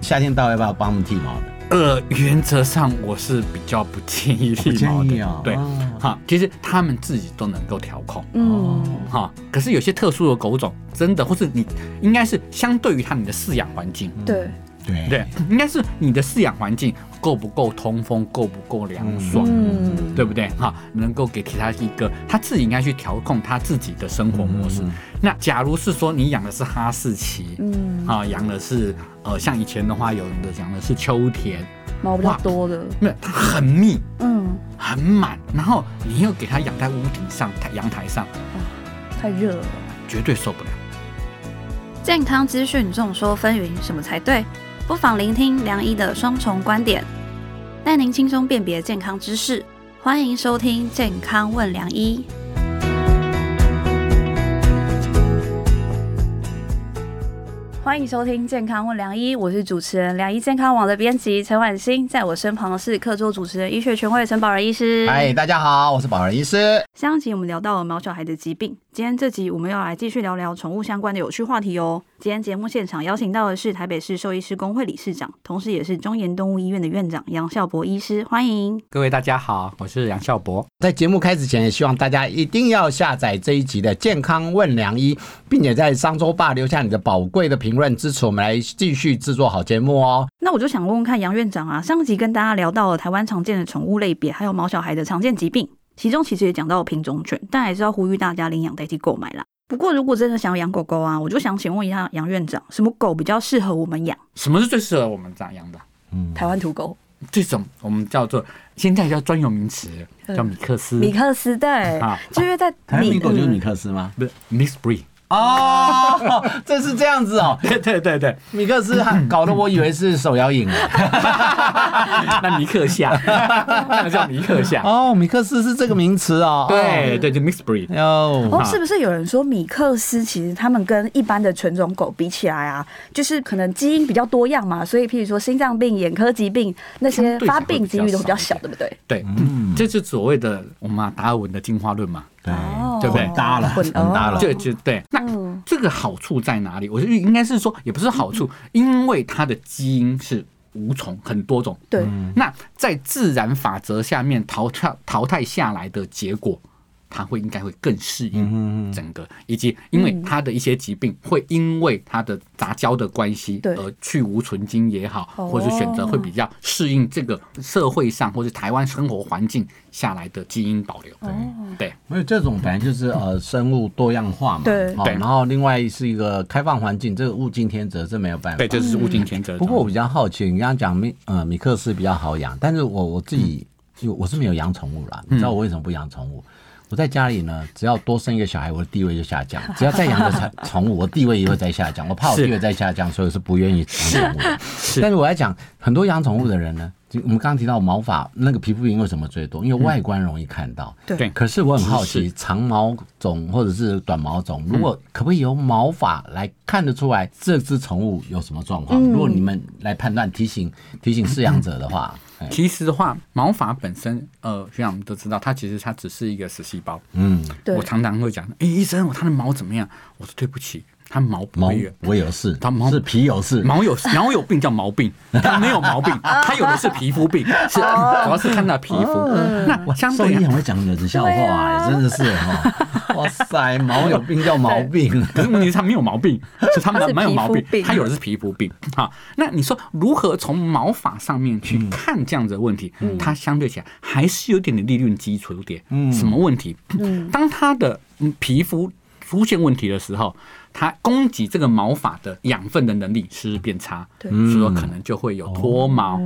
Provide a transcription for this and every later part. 夏天到要不要帮他们剃毛的？呃，原则上我是比较不建议剃不毛的，建议啊对哦，哈、其实他们自己都能够调控，哦嗯，哈、可是有些特殊的狗种，真的或是你应该是相对于它你的饲养环嗯境，对，对对，应该是你的饲养环境够不够通风，够不够凉爽，嗯，对不对？哈，能够给它一个，它自己应该去调控它自己的生活模式。嗯嗯那假如是说你养的是哈士奇，嗯，啊，养的是呃，像以前的话，有的养的是秋田，毛比较哇多的，那它很密嗯，很满，然后你又给它养在屋顶上、台阳台上，太热了。绝对受不了。健康资讯众说纷纭，什么才对？不妨聆听梁医的双重观点，带您轻松辨别健康知识。欢迎收听《健康问梁医》。欢迎收听《健康问良医》，我是主持人良医健康网的编辑陈婉欣，在我身旁的是客座主持人、医学权威陈宝仁医师。嗨，哎大家好，我是宝儿医师。上一集我们聊到了毛小孩的疾病，今天这集我们要来继续聊聊宠物相关的有趣话题哦。今天节目现场邀请到的是台北市兽医师工会理事长，同时也是中研动物医院的院长杨孝博医师，欢迎。各位大家好，我是杨孝博。在节目开始前，也希望大家一定要下载这一集的《健康问良医》，并且在商周吧留下你的宝贵的评论，支持我们来继续制作好节目哦。那我就想问问看杨院长啊，上集跟大家聊到了台湾常见的宠物类别，还有毛小孩的常见疾病，其中其实也讲到了品种犬，但还是要呼吁大家领养代替购买啦。不过如果真的想要养狗狗啊，我就想请问一下杨院长，什么狗比较适合我们养？什么是最适合我们这样养的？嗯，台湾土狗，这种我们叫做现在叫专有名词，叫米克斯米克斯对啊，就是在米嗯克斯吗？不是 mix breed。哦， 这是这样子哦，对对对 对，米克斯搞得我以为是手摇饮啊那米克夏， 那叫米克夏。哦，米克斯是这个名词哦。对对，就 mix breed。哦，哦，是不是有人说米克斯其实他们跟一般的纯种狗比起来啊，就是可能基因比较多样嘛，所以譬如说心脏病、眼科疾病那些相对才发会病几率都比较小，对不对？对，这是所谓的我们啊达尔文的进化论嘛，嗯对哦对不对混搭了混混搭了就就对。那嗯这个好处在哪里？我觉得应该是说，也不是好处，因为它的基因是无从很多种。对，那在自然法则下面淘汰淘汰下来的结果，它会应该会更适嗯应整个，以及因嗯为它的一些疾病会因为它的杂交的关系对而去无存精也好，哦或者是选择会比较适应这个社会上或是台湾生活环境下来的基因保留。哦对，没有这种，反正就是呃生物多样化嘛。对哦对然后另外是一个开放环境，这个物竞天择，这没有办法。对，这是嗯物竞天择的不东西。过我比较好奇，你刚刚讲米呃米克斯比较好养，但是我我自己、就我是没有养宠物嗯啦，你知道我为什么不养宠物？我在家里呢，只要多生一个小孩，我的地位就下 降；只要再养个宠宠物，我地位也会再下降。我怕我是地位再下降，所以我是不愿意养宠物的。是但是我在讲，很多养宠物的人呢，就我们刚刚提到毛发那个皮肤病为什么最多？因嗯为外观容易看到。对可是我很好是嗯奇，长毛种或者是短毛种，如果可不可以由毛发来看得出来这只宠物有什么状况？嗯如果你们来判断提醒提醒饲养者的嗯话，哎其实的话，毛发本身，呃，学长我们都知道，它其实它只是一个死细胞。嗯，对我常常会讲，哎、医生，我它的毛怎么样？我说对不起，它毛不毛会有我有事它，毛是皮有事，毛有毛有病叫毛病，它没有毛病，它有的是皮肤病，是主要是看它皮肤。那哇相兽对医啊，很会讲你的笑话，对啊哎真的是哦，哇塞，毛有病叫毛病，可是问题是它没有毛 病，是它它是没有毛皮病肤病，它有的是皮肤病啊。那你说如何从毛发上面去看这样子的问题？嗯它相对起来还是有点点利润基础点。什么问题？当它的嗯皮肤出现问题的时候，它供给这个毛发的养分的能力是不是变差？对所以说可能就会有脱毛。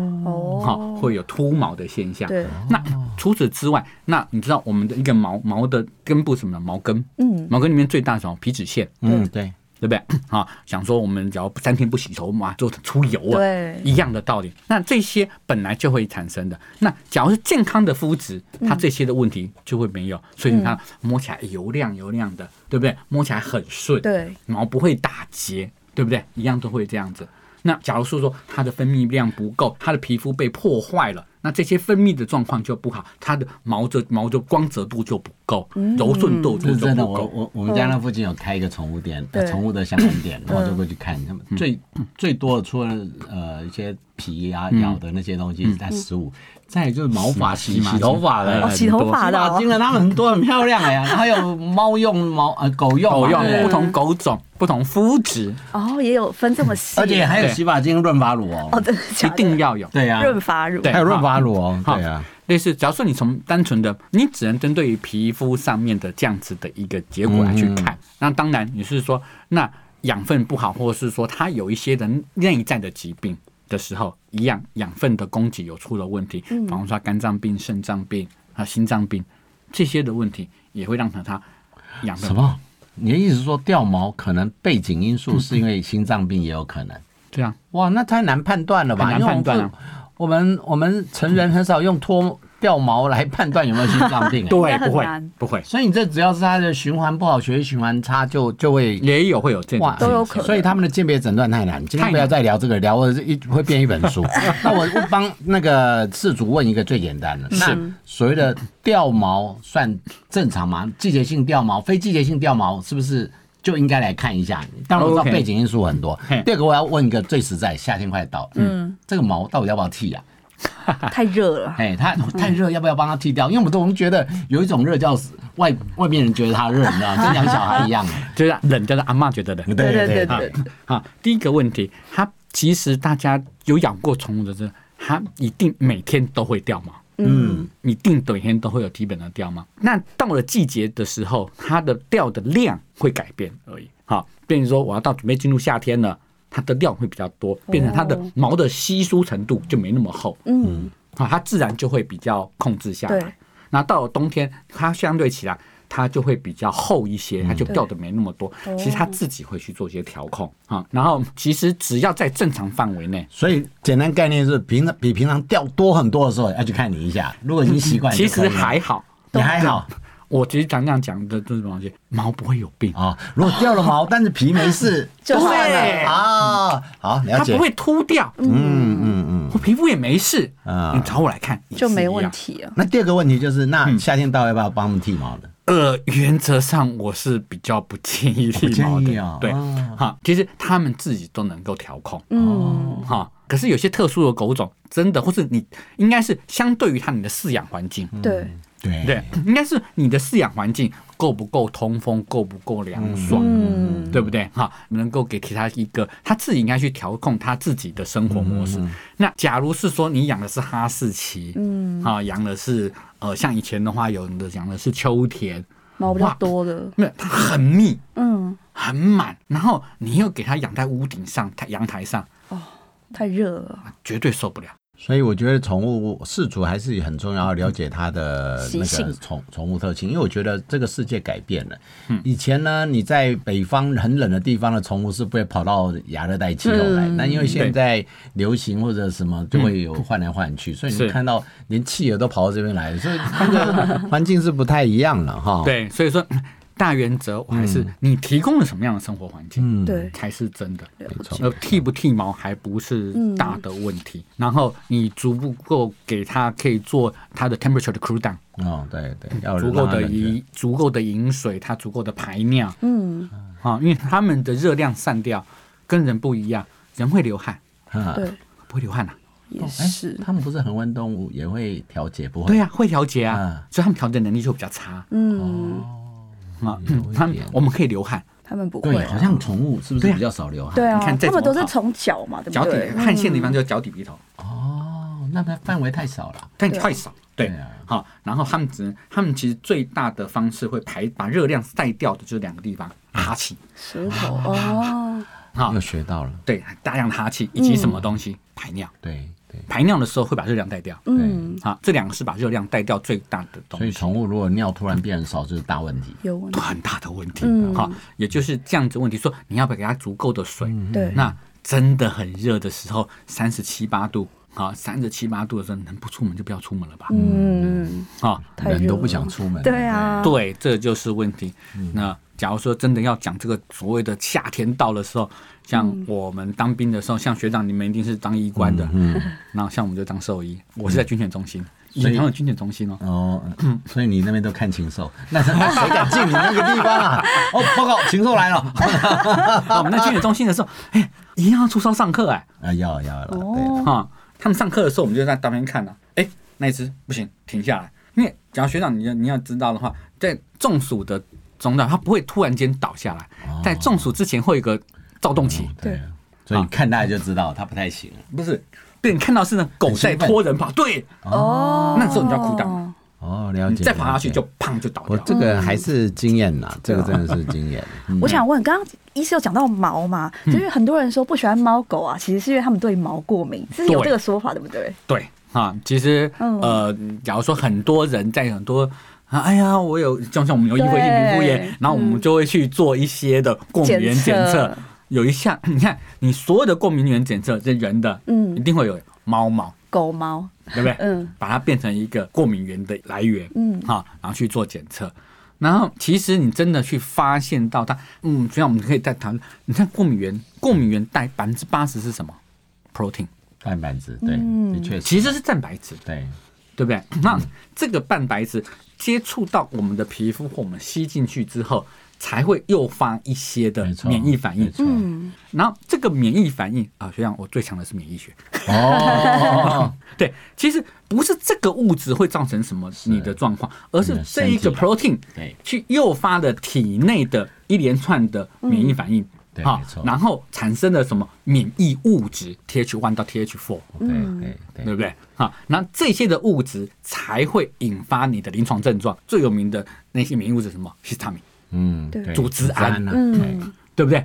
好、哦，会啊有秃毛的现象。对，那除此之外，那你知道我们的一个毛毛的根部是什么呢？毛根，嗯，毛根里面最大的什么？皮脂腺，嗯，对，对不对？ 啊，想说我们只要三天不洗头嘛，就出油啊，对一样的道理。那这些本来就会产生的。那假如是健康的肤质，它这些的问题就会没有，嗯所以你看摸起来油亮油亮的，对不对？摸起来很顺，对，毛不会打结，对不对？一样都会这样子。那假如说说它的分泌量不够，它的皮肤被破坏了，那这些分泌的状况就不好，它的毛泽毛的光泽度就不够，嗯柔顺度这就是就真的，不我够。我我们家那附近有开一个宠物店，呃嗯对嗯宠、物的相关店，然后就会去看他们嗯最、最多的，除了呃一些皮啊、咬的那些东西，在食物，再就是毛发洗洗洗头发的嗯很多，哦洗头发的哦洗发精的，他们很多很漂亮 哎呀，还有猫用毛呃狗用狗嘛用对哦不同狗种、不同肤质，哦，也有分这么细，而且还啊有洗发精、润发乳哦，哦，真的一假的？定要有。对呀、润发乳，对还有润发乳哦，好对啊，类似，只要说你从单纯的，你只能针对于皮肤上面的这样子的一个结果来去嗯看。那当然，你是说那养分不好，或者是说它有一些人内在的疾病的时候，一样养分的供给有出了问题，嗯比方说它肝脏病、肾脏病啊、心脏病这些的问题，也会让它它养分什么？你的意思是说掉毛可能背景因嗯素是因为心脏病也有可能？对啊，哇，那太难判断了吧？很难判断啊因为我们我们我们成人很少用脱掉毛来判断有没有心脏病、欸 对该，很不会难不会，所以你这只要是他的循环不好，血液循环差就，就会也有会有这种哇都有可能所以他们的鉴别诊断太难，今天太不要难再聊这个，聊了一会变一本书。那我我帮那个事主问一个最简单的，那所谓的掉毛算正常吗？季节性掉毛、非季节性掉毛是不是？就应该来看一下，当然我知道 OK 背景因素很多嘿。第二个我要问一个最实在，夏天快到，嗯，这个毛到底要不要剃啊？太热了。哎，它太热，要不要帮它剃掉？因为我们都我们觉得有一种热叫外外面人觉得它热，你知道吗，跟养小孩一样。就是冷掉的阿嬷觉得冷。对对对对，啊，第一个问题，它其实大家有养过宠物的人，它一定每天都会掉毛，嗯，一定每天都会有基本的掉毛。那到了季节的时候，它的掉的量会改变而已。好，变成说我要到准备进入夏天了，它的量会比较多，哦变成它的毛的稀疏程度就没那么厚。嗯，啊，它自然就会比较控制下对来。那到了冬天，它相对起来，它就会比较厚一嗯些，它就掉的没那么多。其实它自己会去做一些调控啊。然后其实只要在正常范围内，所以简单概念是，平常比平常掉多很多的时候，要去看你一下。如果已经习惯，嗯其就可实以了还好。也还好我其实讲讲讲的这种东西，毛不会有病，啊、哦。如果掉了毛，但是皮没事，就好了对啊。好，了它解不。会秃掉，嗯嗯嗯。我皮肤也没事。啊你找我来看也就是没一问样。题啊。那第二个问题就是，嗯那夏天到要不要帮我们剃毛的？呃，原则上我是比较不建议剃毛不建的，议啊对，哦哈、其实他们自己都能够调控，嗯，哈、可是有些特殊的狗种，真的，或是你应该是相对于它你的饲养环境，嗯对，嗯对对，应该是你的饲养环境够不够通风，够不够凉爽，嗯对不对？哈、能够给它一个，它自己应该去调控它自己的生活模式。那假如是说你养的是哈士奇，嗯，啊，养的是呃，像以前的话，有的养的是秋田，毛比较多的，没有，它很密嗯，很满，然后你又给它养在屋顶上、太阳台上，太热了，绝对受不了。所以我觉得宠物饲主还是很重要，要了解它的那习个性宠宠物特性，因为我觉得这个世界改变了。嗯以前呢，你在北方很冷的地方的宠物是不会跑到亚热带气候来，那、因为现在流行或者什么就会有换来换去，所以你是看到连企鹅都跑到这边来，所以这个环境是不太一样了哈。，对，所以说嗯大原则我还是你提供了什么样的生活环嗯，境，对，才是真的。没错。呃，剃不剃毛还不是嗯大的问题，然后你足不够给它可以做它的 temperature 的 cool down，哦，对对，要足够让它的冷却饮足够的饮水，它足够的排尿嗯，啊，因为它们的热量散掉跟人不一样，人会流汗，啊。对，不会流汗啊。也哎是，他们不是恒温动物也会调节，不会？对啊，会调节啊，嗯所以它们调节能力就比较差有啊嗯，一。它们点我们可以流汗，他们不会对，啊，好像宠物是不对是啊比较少流汗？对啊你看，再他们怎都么是跑从脚嘛，对脚不底对？嗯汗腺的地方就是脚底鼻头。哦，那它范围太少了。但你太少，对对啊，好、然后他们只能，他们其实最大的方式会排把热量带掉的就是两个地方，哈气，石头哦，哈、又学到了，对，大量的哈气以及什么东嗯西、排尿，对对。排尿的时候会把热量带掉，嗯，好、这两个是把热量带掉最大的东所以西，宠物如果尿突然变少，这是大问题。有问题，很大的问题，嗯好、也就是这样子问题，说你要不要给它足够的水，嗯对，那真的很热的时候，三十七八度。好，三十七八度的时候，能不出门就不要出门了吧？嗯，啊、太热了人都不想出门。对啊，对，这就是问题。那假如说真的要讲这个所谓的夏天到的时候，像我们当兵的时候，像学长你们一定是当医官的，嗯，那像我们就当兽医，我是在军犬中心，以所以前有军犬中心哦，哦，所以你那边都看禽兽，那那谁敢进你那个地方 啊？哦，报告，禽兽来了！啊我们在军犬中心的时候，哎，一样要出操上课哎，啊，要了要了，对了，哦，哈，他们上课的时候，我们就在当边看啊，哎，那一只不行，停下来，因为假如学长你要你要知道的话，在中暑的中岛，它不会突然间倒下来，在中暑之前会有一个躁动期，对，所以你看大家就知道他不太行。不是被你看到是那狗在拖人跑，对，哦那时候你就要哭档，哦，了你解。再爬下了去解就砰就倒我掉。这个还是经验呐，这个真的是经验。 嗯我想问，刚刚医师有讲到毛嘛？嗯就是因为很多人说不喜欢猫狗啊，其实是因为他们对毛过敏，是有对这个说法对不对？对啊，其实嗯呃，假如说很多人在很多。啊，哎呀，我有，就像我们有议会性皮肤炎对，然后我们就会去做一些的过敏原检检测测。有一项，你看，你所有的过敏原检测，这人的，嗯一定会有猫毛，狗毛，对不对？ 嗯把它变成一个过敏源的来源，嗯好，然后去做检测。然后其实你真的去发现到它，嗯，就像我们可以再谈论，你看过敏源，过敏源带百分之八十是什么？protein，蛋白质，对，嗯的确是，其实是蛋白质，对，对不对？那这个蛋白质接触到我们的皮肤或我们吸进去之后，才会诱发一些的没错免疫反没应。错嗯，然后这个免疫反应啊，学长，我最强的是免疫学。 哦，对，其实不是这个物质会造成什么你的状况，而是这一个嗯身体 protein 对去诱发了体内的一连串的免疫反应，对没错然后产生了什么免疫物质 TH one 到 TH four，对对对对不对？好，那这些的物质才会引发你的临床症状。最有名的那些免疫物质是什么？histamine，嗯，对对组织胺啊对嗯，对不对？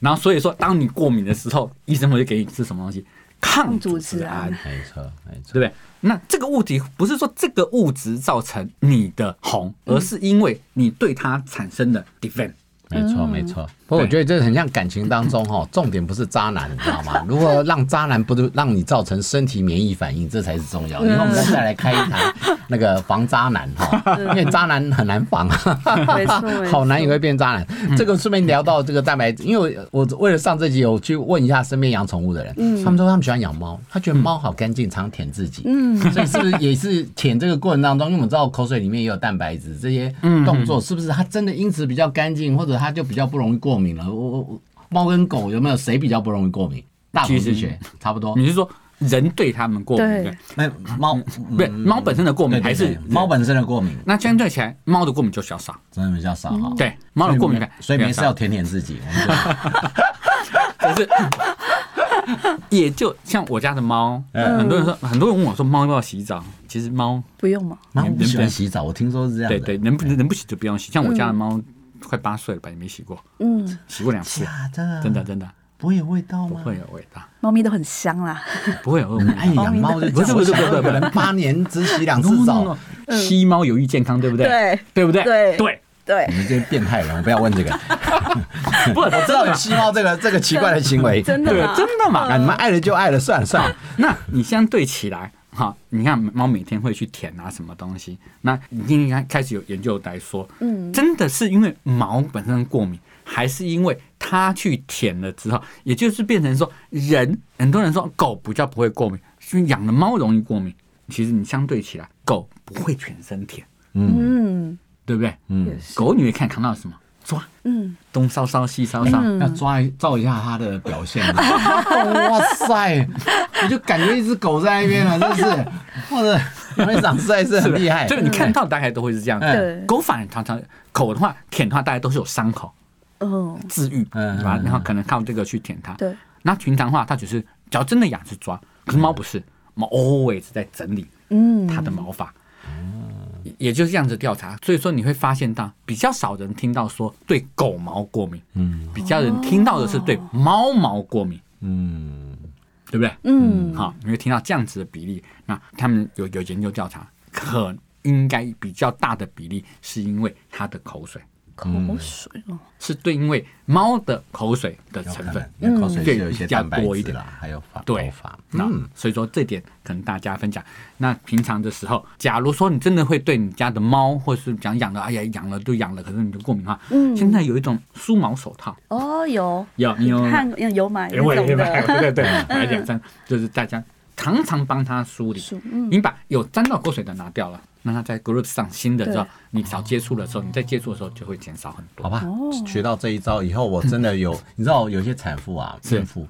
然后所以说，当你过敏的时候，医生会给你吃什么东西？抗抗组组织织啊胺胺。没错没错，对不对？那这个物体不是说这个物质造成你的红，而是因为你对它产生的 defend。没错，没错。不过我觉得这很像感情当中哈，重点不是渣男，你知道吗？如果让渣男不让你造成身体免疫反应，这才是重要。以后我们再来开一台那个防渣男哈，因为渣男很难防，啊没错没错好难也会变渣男。这个顺便聊到这个蛋白质，因为我我为了上这集，我去问一下身边养宠物的人，他们说他们喜欢养猫，他觉得猫好干净，常舔自己，嗯，所以是不是也是舔这个过程当中，因为我们知道口水里面也有蛋白质，这些动作是不是它真的因此比较干净，或者它就比较不容易过敏了？我我我，猫跟狗有没有谁比较不容易过敏？大统其实计学差不多。你是说人对它们过敏？对对不那猫对，不是猫本身的过对对敏，还对是猫？本身的过敏，那相对起来，猫的过敏就较少。真的比较少哈。对，猫的过敏感，所以没比事较要少，舔舔自己。我们就可是也就像我家的猫，呃嗯很多人说，很多人问我说，猫要不要洗澡？其实猫，不用嘛，猫能不喜不能欢洗澡，我听说是这样的。对对，能不能能不洗就不用洗。像我家的猫，快八岁了吧，也没洗过，嗯，洗过两次，假的，真的真的不会有味道不吗？会有味道。猫咪都很香啦，不会有恶哎，魔。养猫就不是不是不是不是可能八年只洗两次澡，吸猫有益健康，对不对？哦嗯对对不对？对对，对你，们这些变态人，我不要问这个。 不，我 知道有吸猫这个这个奇怪的行为，真的对啦，真的嘛？啊，嗯你们爱了就爱了，算了算了。那你相对起来，哈，你看猫每天会去舔啊什么东西，那已经开始有研究来说，嗯真的是因为毛本身过敏，还是因为它去舔了之后，也就是变成说人很多人说狗比较不会过敏，是因为养了猫容易过敏。其实你相对起来，狗不会全身舔，嗯嗯，对不对？嗯也，是，狗你会看看到什么抓，嗯，东烧烧西烧烧，要抓一照一下它的表现。 哇塞，我就感觉一只狗在那边 了，真是，或者你们长实在是是很不是厉害就。是你看到大概都会是这样子。嗯对，狗反而常常口的话舔的话，大概都是有伤口嗯，治愈，嗯对吧嗯？然后可能靠这个去舔它。对，那平常的话，它只是只要真的痒是抓，可是猫不是，猫 always 在整理嗯，它的毛发。也也就是这样子调查，所以说你会发现到比较少人听到说对狗毛过敏，嗯比较人听到的是对猫毛过敏，嗯，对不对？嗯，好，你会听到这样子的比例。那他们有有研究调查，可应该比较大的比例是因为它的口水，口水哦，是对，因为猫的口水的有成可能分，嗯因为口水对是有一些比较蛋白多一质点啦，还有发对头发，那嗯，所以说这点跟大家分享。那平常的时候，假如说你真的会对你家的猫，或是讲养了，哎呀养了就养了，可是你就过敏的话，嗯现在有一种梳毛手套，哦，有有你有看有买嗯那哎我也种买的， 对对 对，买两张，就是大家常常帮它梳理梳嗯，你把有沾到口水的拿掉了。那它在 group 上新的时候对，你少接触的时候，你在接触的时候就会减少很多。好吧，学到这一招以后，我真的有，你知道有些产妇啊，是嗯孕妇，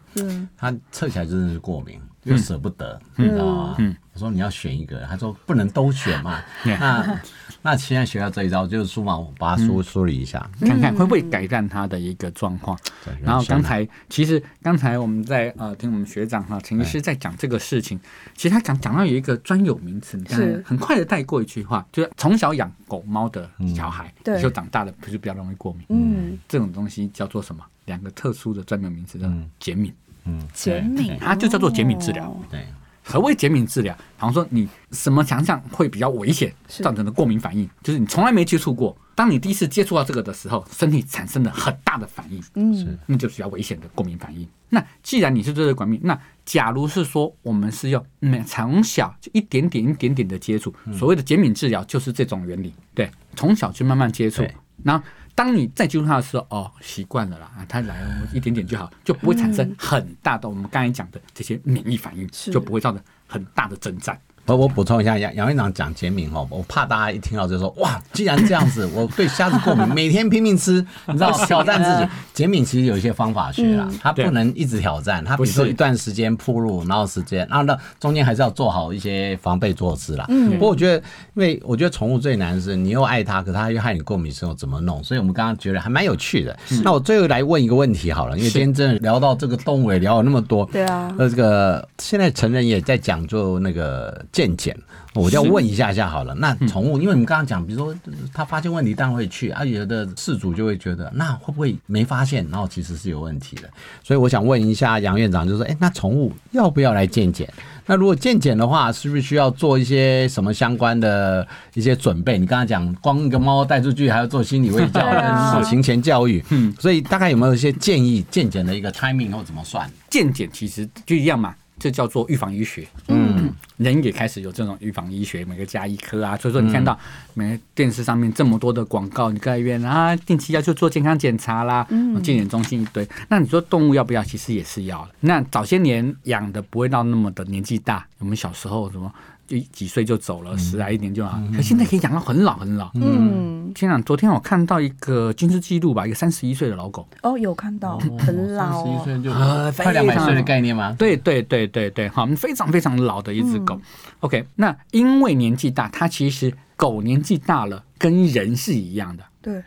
她测起来真的是过敏，又舍不得，你知道吗？我说你要选一个，她说不能都选嘛。 Yeah 那那现在学到这一招，就是梳毛，把嗯它梳梳理一下，嗯看看会不会改善他的一个状况。对然后人生啊刚才其实刚才我们在呃听我们学长哈陈医师在讲这个事情，其实他讲讲到有一个专有名词，你刚才是很快的带过一句话，就是从小养狗猫的小孩，对你就长大了不是比较容易过敏？嗯，这种东西叫做什么？两个特殊的专有名词叫嗯减敏，嗯，减敏它就叫做减敏治疗。哦对，何谓减敏治疗？好像说你什么想想会比较危险是造成的过敏反应，就是你从来没接触过，当你第一次接触到这个的时候，身体产生了很大的反应，嗯，那就比较危险的过敏反应。那既然你是这个管敏，那假如是说我们是用嗯从小就一点点一点点的接触，所谓的减敏治疗就是这种原理，对，从小去慢慢接触对，然后。当你再接触它的时候，哦，习惯了啦，啊，它来我一点点就好，就不会产生很大的我们刚才讲的这些免疫反应，是就不会造成很大的征战。我我补充一下，杨杨院长讲减敏哦，我怕大家一听到就说哇，既然这样子，我对虾子过敏，每天拼命吃，你 知道挑战自己。减敏其实有一些方法学啦，它嗯对不能一直挑战，它比如说不是一段时间铺路，然后时间，然后呢中间还是要做好一些防备措施啦。嗯，不过我觉得，因为我觉得宠物最难的是你又爱它，可它又害你过敏的时候怎么弄？所以我们刚刚觉得还蛮有趣的。那我最后来问一个问题好了，因为是今天真的聊到这个动物也聊了那么多，对啊呃，这个现在成人也在讲究那个健检，我就要问一下下好了。那宠物，因为我们刚刚讲，比如说呃他发现问题，当然会去啊。有的事主就会觉得，那会不会没发现，然后其实是有问题的。所以我想问一下杨院长，就是说，哎，那宠物要不要来健检？那如果健检的话，是不是需要做一些什么相关的一些准备？你刚刚讲，光一个猫带出去，还要做心理卫教、 对啊跟行前教育，嗯，所以大概有没有一些建议健检的一个 timing 或怎么算？健检其实就一样嘛，这叫做预防医学。嗯，人也开始有这种预防医学，每个加医科啊，所以说你看到每个电视上面这么多的广告，你各医院啊，定期要去做健康检查啦，健检中心一堆。那你说动物要不要？其实也是要的。那早些年养的不会到那么的年纪大，我们小时候什么就几岁就走了，十来一年就好，可现在可以养到很老很老。嗯，天啊！昨天我看到一个军事记录吧，一个三十一岁的老狗，哦，有看到，很嗯老十一哦，岁就啊非快两百常岁的概念吗？对对对对对，好，非常非常老的一只狗。OK，那因为年纪大，它其实狗年纪大了，跟人是一样的，对，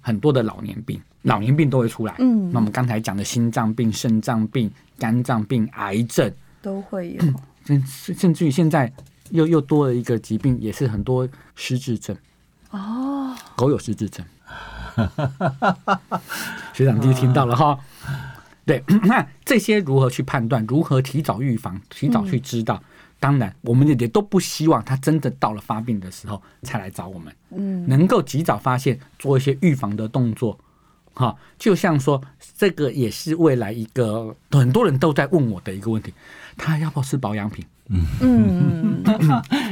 很多的老年病，老年病都会出来。嗯那我们刚才讲的心脏病、肾脏病、肝脏病、癌症，都会有，甚甚至于现在又又多了一个疾病，也是很多失智症。哦，狗有失智症。 学长第一听到了哈。对， 那这些如何去判断？如何提早预防？提早去知道？当然，我们也都不希望他真的到了发病的时候才来找我们。嗯，能够及早发现，做一些预防的动作。哈，就像说，这个也是未来一个很多人都在问我的一个问题：他要不要吃保养品？嗯，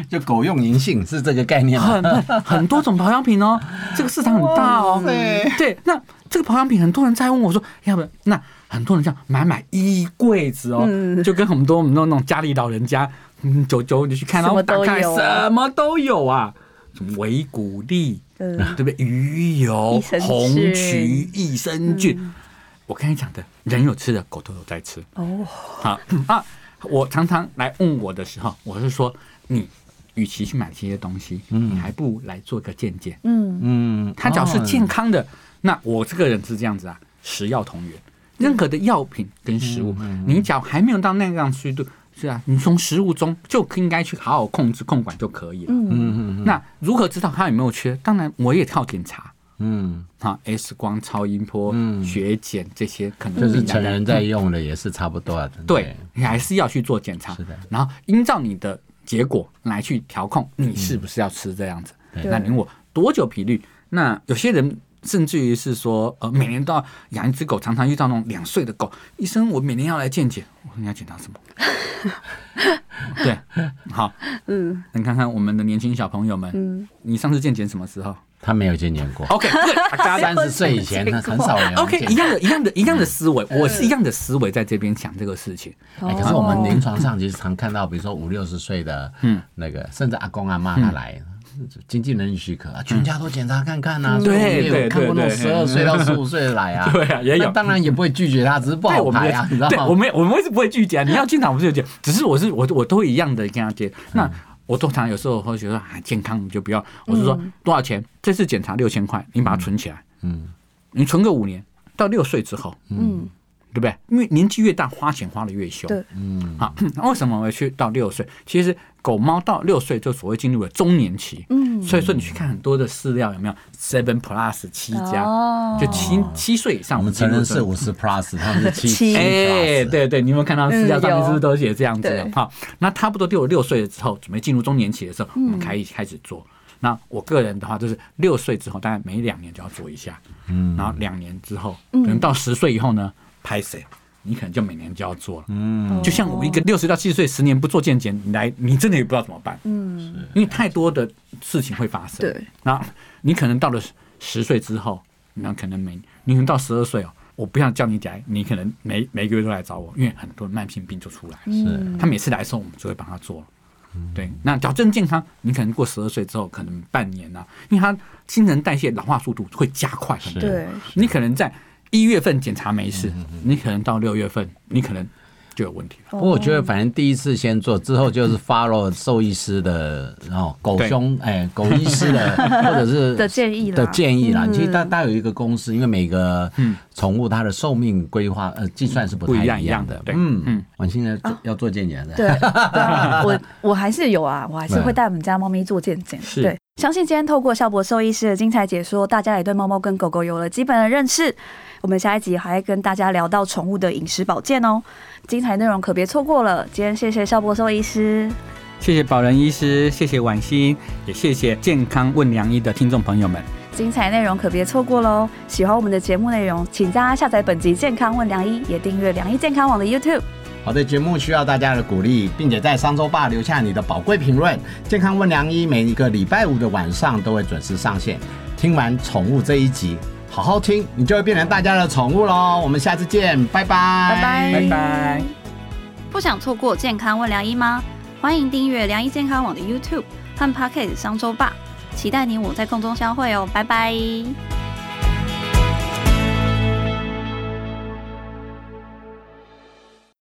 就狗用银杏是这个概念吗？很很很多种保养品哦，这个市场很大哦。对，那这个保养品很多人在问我说，要不然那很多人这样买买一柜子哦，嗯就跟很多我们那种那种家里老人家，嗯，九九你去看，然后什么打都开有什么都有啊，什么维骨力，嗯对不对？鱼油益生、菌红曲、益生菌。我刚才讲的，人有吃的，狗都有在吃。哦，好啊，我常常来问我的时候，我是说，你与其去买这些东西，你还不如来做个健检。嗯，嗯，它只要是哦嗯健康的，那我这个人是这样子啊，食药同源，任何的药品跟食物，你只要还没有到那样虚度，是啊，你从食物中就应该去好好控制控管就可以了。嗯嗯那如何知道它有没有缺？当然，我也要检查。嗯，啊，X 光、超音波、嗯血检这些可能就是必然成的人在用的也是差不多的。对，你还是要去做检查，是的然后依照你的结果来去调控，你是不是要吃这样子？嗯对那你问我多久频率？那有些人甚至于是说，呃，每年都要养一只狗，常常遇到那种两岁的狗，医生，我每年要来健检，我说你要检查 什么？对，好，嗯你看看我们的年轻小朋友们，嗯，你上次健检什么时候他没有见见过。 ？OK，大家三十岁以前呢，很少有人 OK，见一样的，一样的，一样的思维，嗯我是一样的思维在这边想这个事情。哎，可是我哦们临床上其实常看到，比如说五六十岁的，嗯，那个甚至阿公阿妈他来，经济能力许可，啊全家都检查看看呐。所以我们也对有对看过那种对十对二岁到十五岁的来啊，对啊也有那当然也不会拒绝他，只是不对，好我们排啊，你知道对，我吗？们我们是不会拒绝、啊，你要进场不是拒绝，只是我是我我都会一样的跟他接。嗯那我通常有时候会觉得啊，健康你就不要，我是说多少钱？这次检查六千块，你把它存起来，嗯，你存个五年，到六岁之后，嗯，对不对？因为年纪越大，花钱花的越凶。对，嗯好，那为什么我会去到六岁？其实狗猫到六岁就所谓进入了中年期，嗯所以说你去看很多的饲料有没有 seven plus 七加，哦就七七岁以上啊我们进成入人中是五十 plus，他们是七哎七七 plus，哎对对，你有没有看到私教上面是不是都写这样子嗯有的？对好，那差不多六六岁之后，准备进入中年期的时候，我们开开始做。那我个人的话，就是六岁之后，大概每两年就要做一下，嗯然后两年之后，可能到十岁以后呢，拍谁，你可能就每年就要做了。嗯，就像我一个六十到七十岁，十年不做健检，你来，你真的也不知道怎么办，嗯，因为太多的事情会发生。对，那你可能到了十岁之后，那可能每你可能到十二岁哦，我不要叫你来，你可能每每个月都来找我，因为很多慢性病就出来嗯了。是他每次来的时候，我们就会帮他做了。对，那矫正健康，你可能过十二岁之后，可能半年啊，因为他新陈代谢老化速度会加快很多。对，你可能在一月份检查没事，你可能到六月份，你可能就有问题哦了。不过我哦觉得，反正第一次先做，之后就是 follow 兽医师的，然后狗对兄哎，狗医师 的，或者是的建议啦嗯的建议啦。其实大大有一个公式，因为每个嗯宠物它的寿命规划呃计算是不不一太样一样样的对嗯嗯，婉欣啊呢要做健检 对的，对啊，我我还是有啊，我还是会带我们家猫咪做健检。是对，相信今天透过肖博兽医师的精彩解说，大家也对猫猫跟狗狗有了基本的认识。我们下一集还会跟大家聊到宠物的饮食保健哦，精彩内容可别错过了。今天谢谢肖博兽医师，谢谢宝仁医师，谢谢婉欣，也谢谢健康问良医的听众朋友们。精彩内容可别错过喽！喜欢我们的节目内容，请大家下载本集《健康问良医》，也订阅良医健康网的 YouTube。好的，节目需要大家的鼓励，并且在商周吧留下你的宝贵评论。健康问良医每一个礼拜五的晚上都会准时上线。听完宠物这一集，好好听，你就会变成大家的宠物喽。我们下次见，拜拜，拜拜拜拜。不想错过健康问良医吗？欢迎订阅良医健康网的 YouTube 和 Pocket 商周吧，期待你我在空中相会哦，拜拜。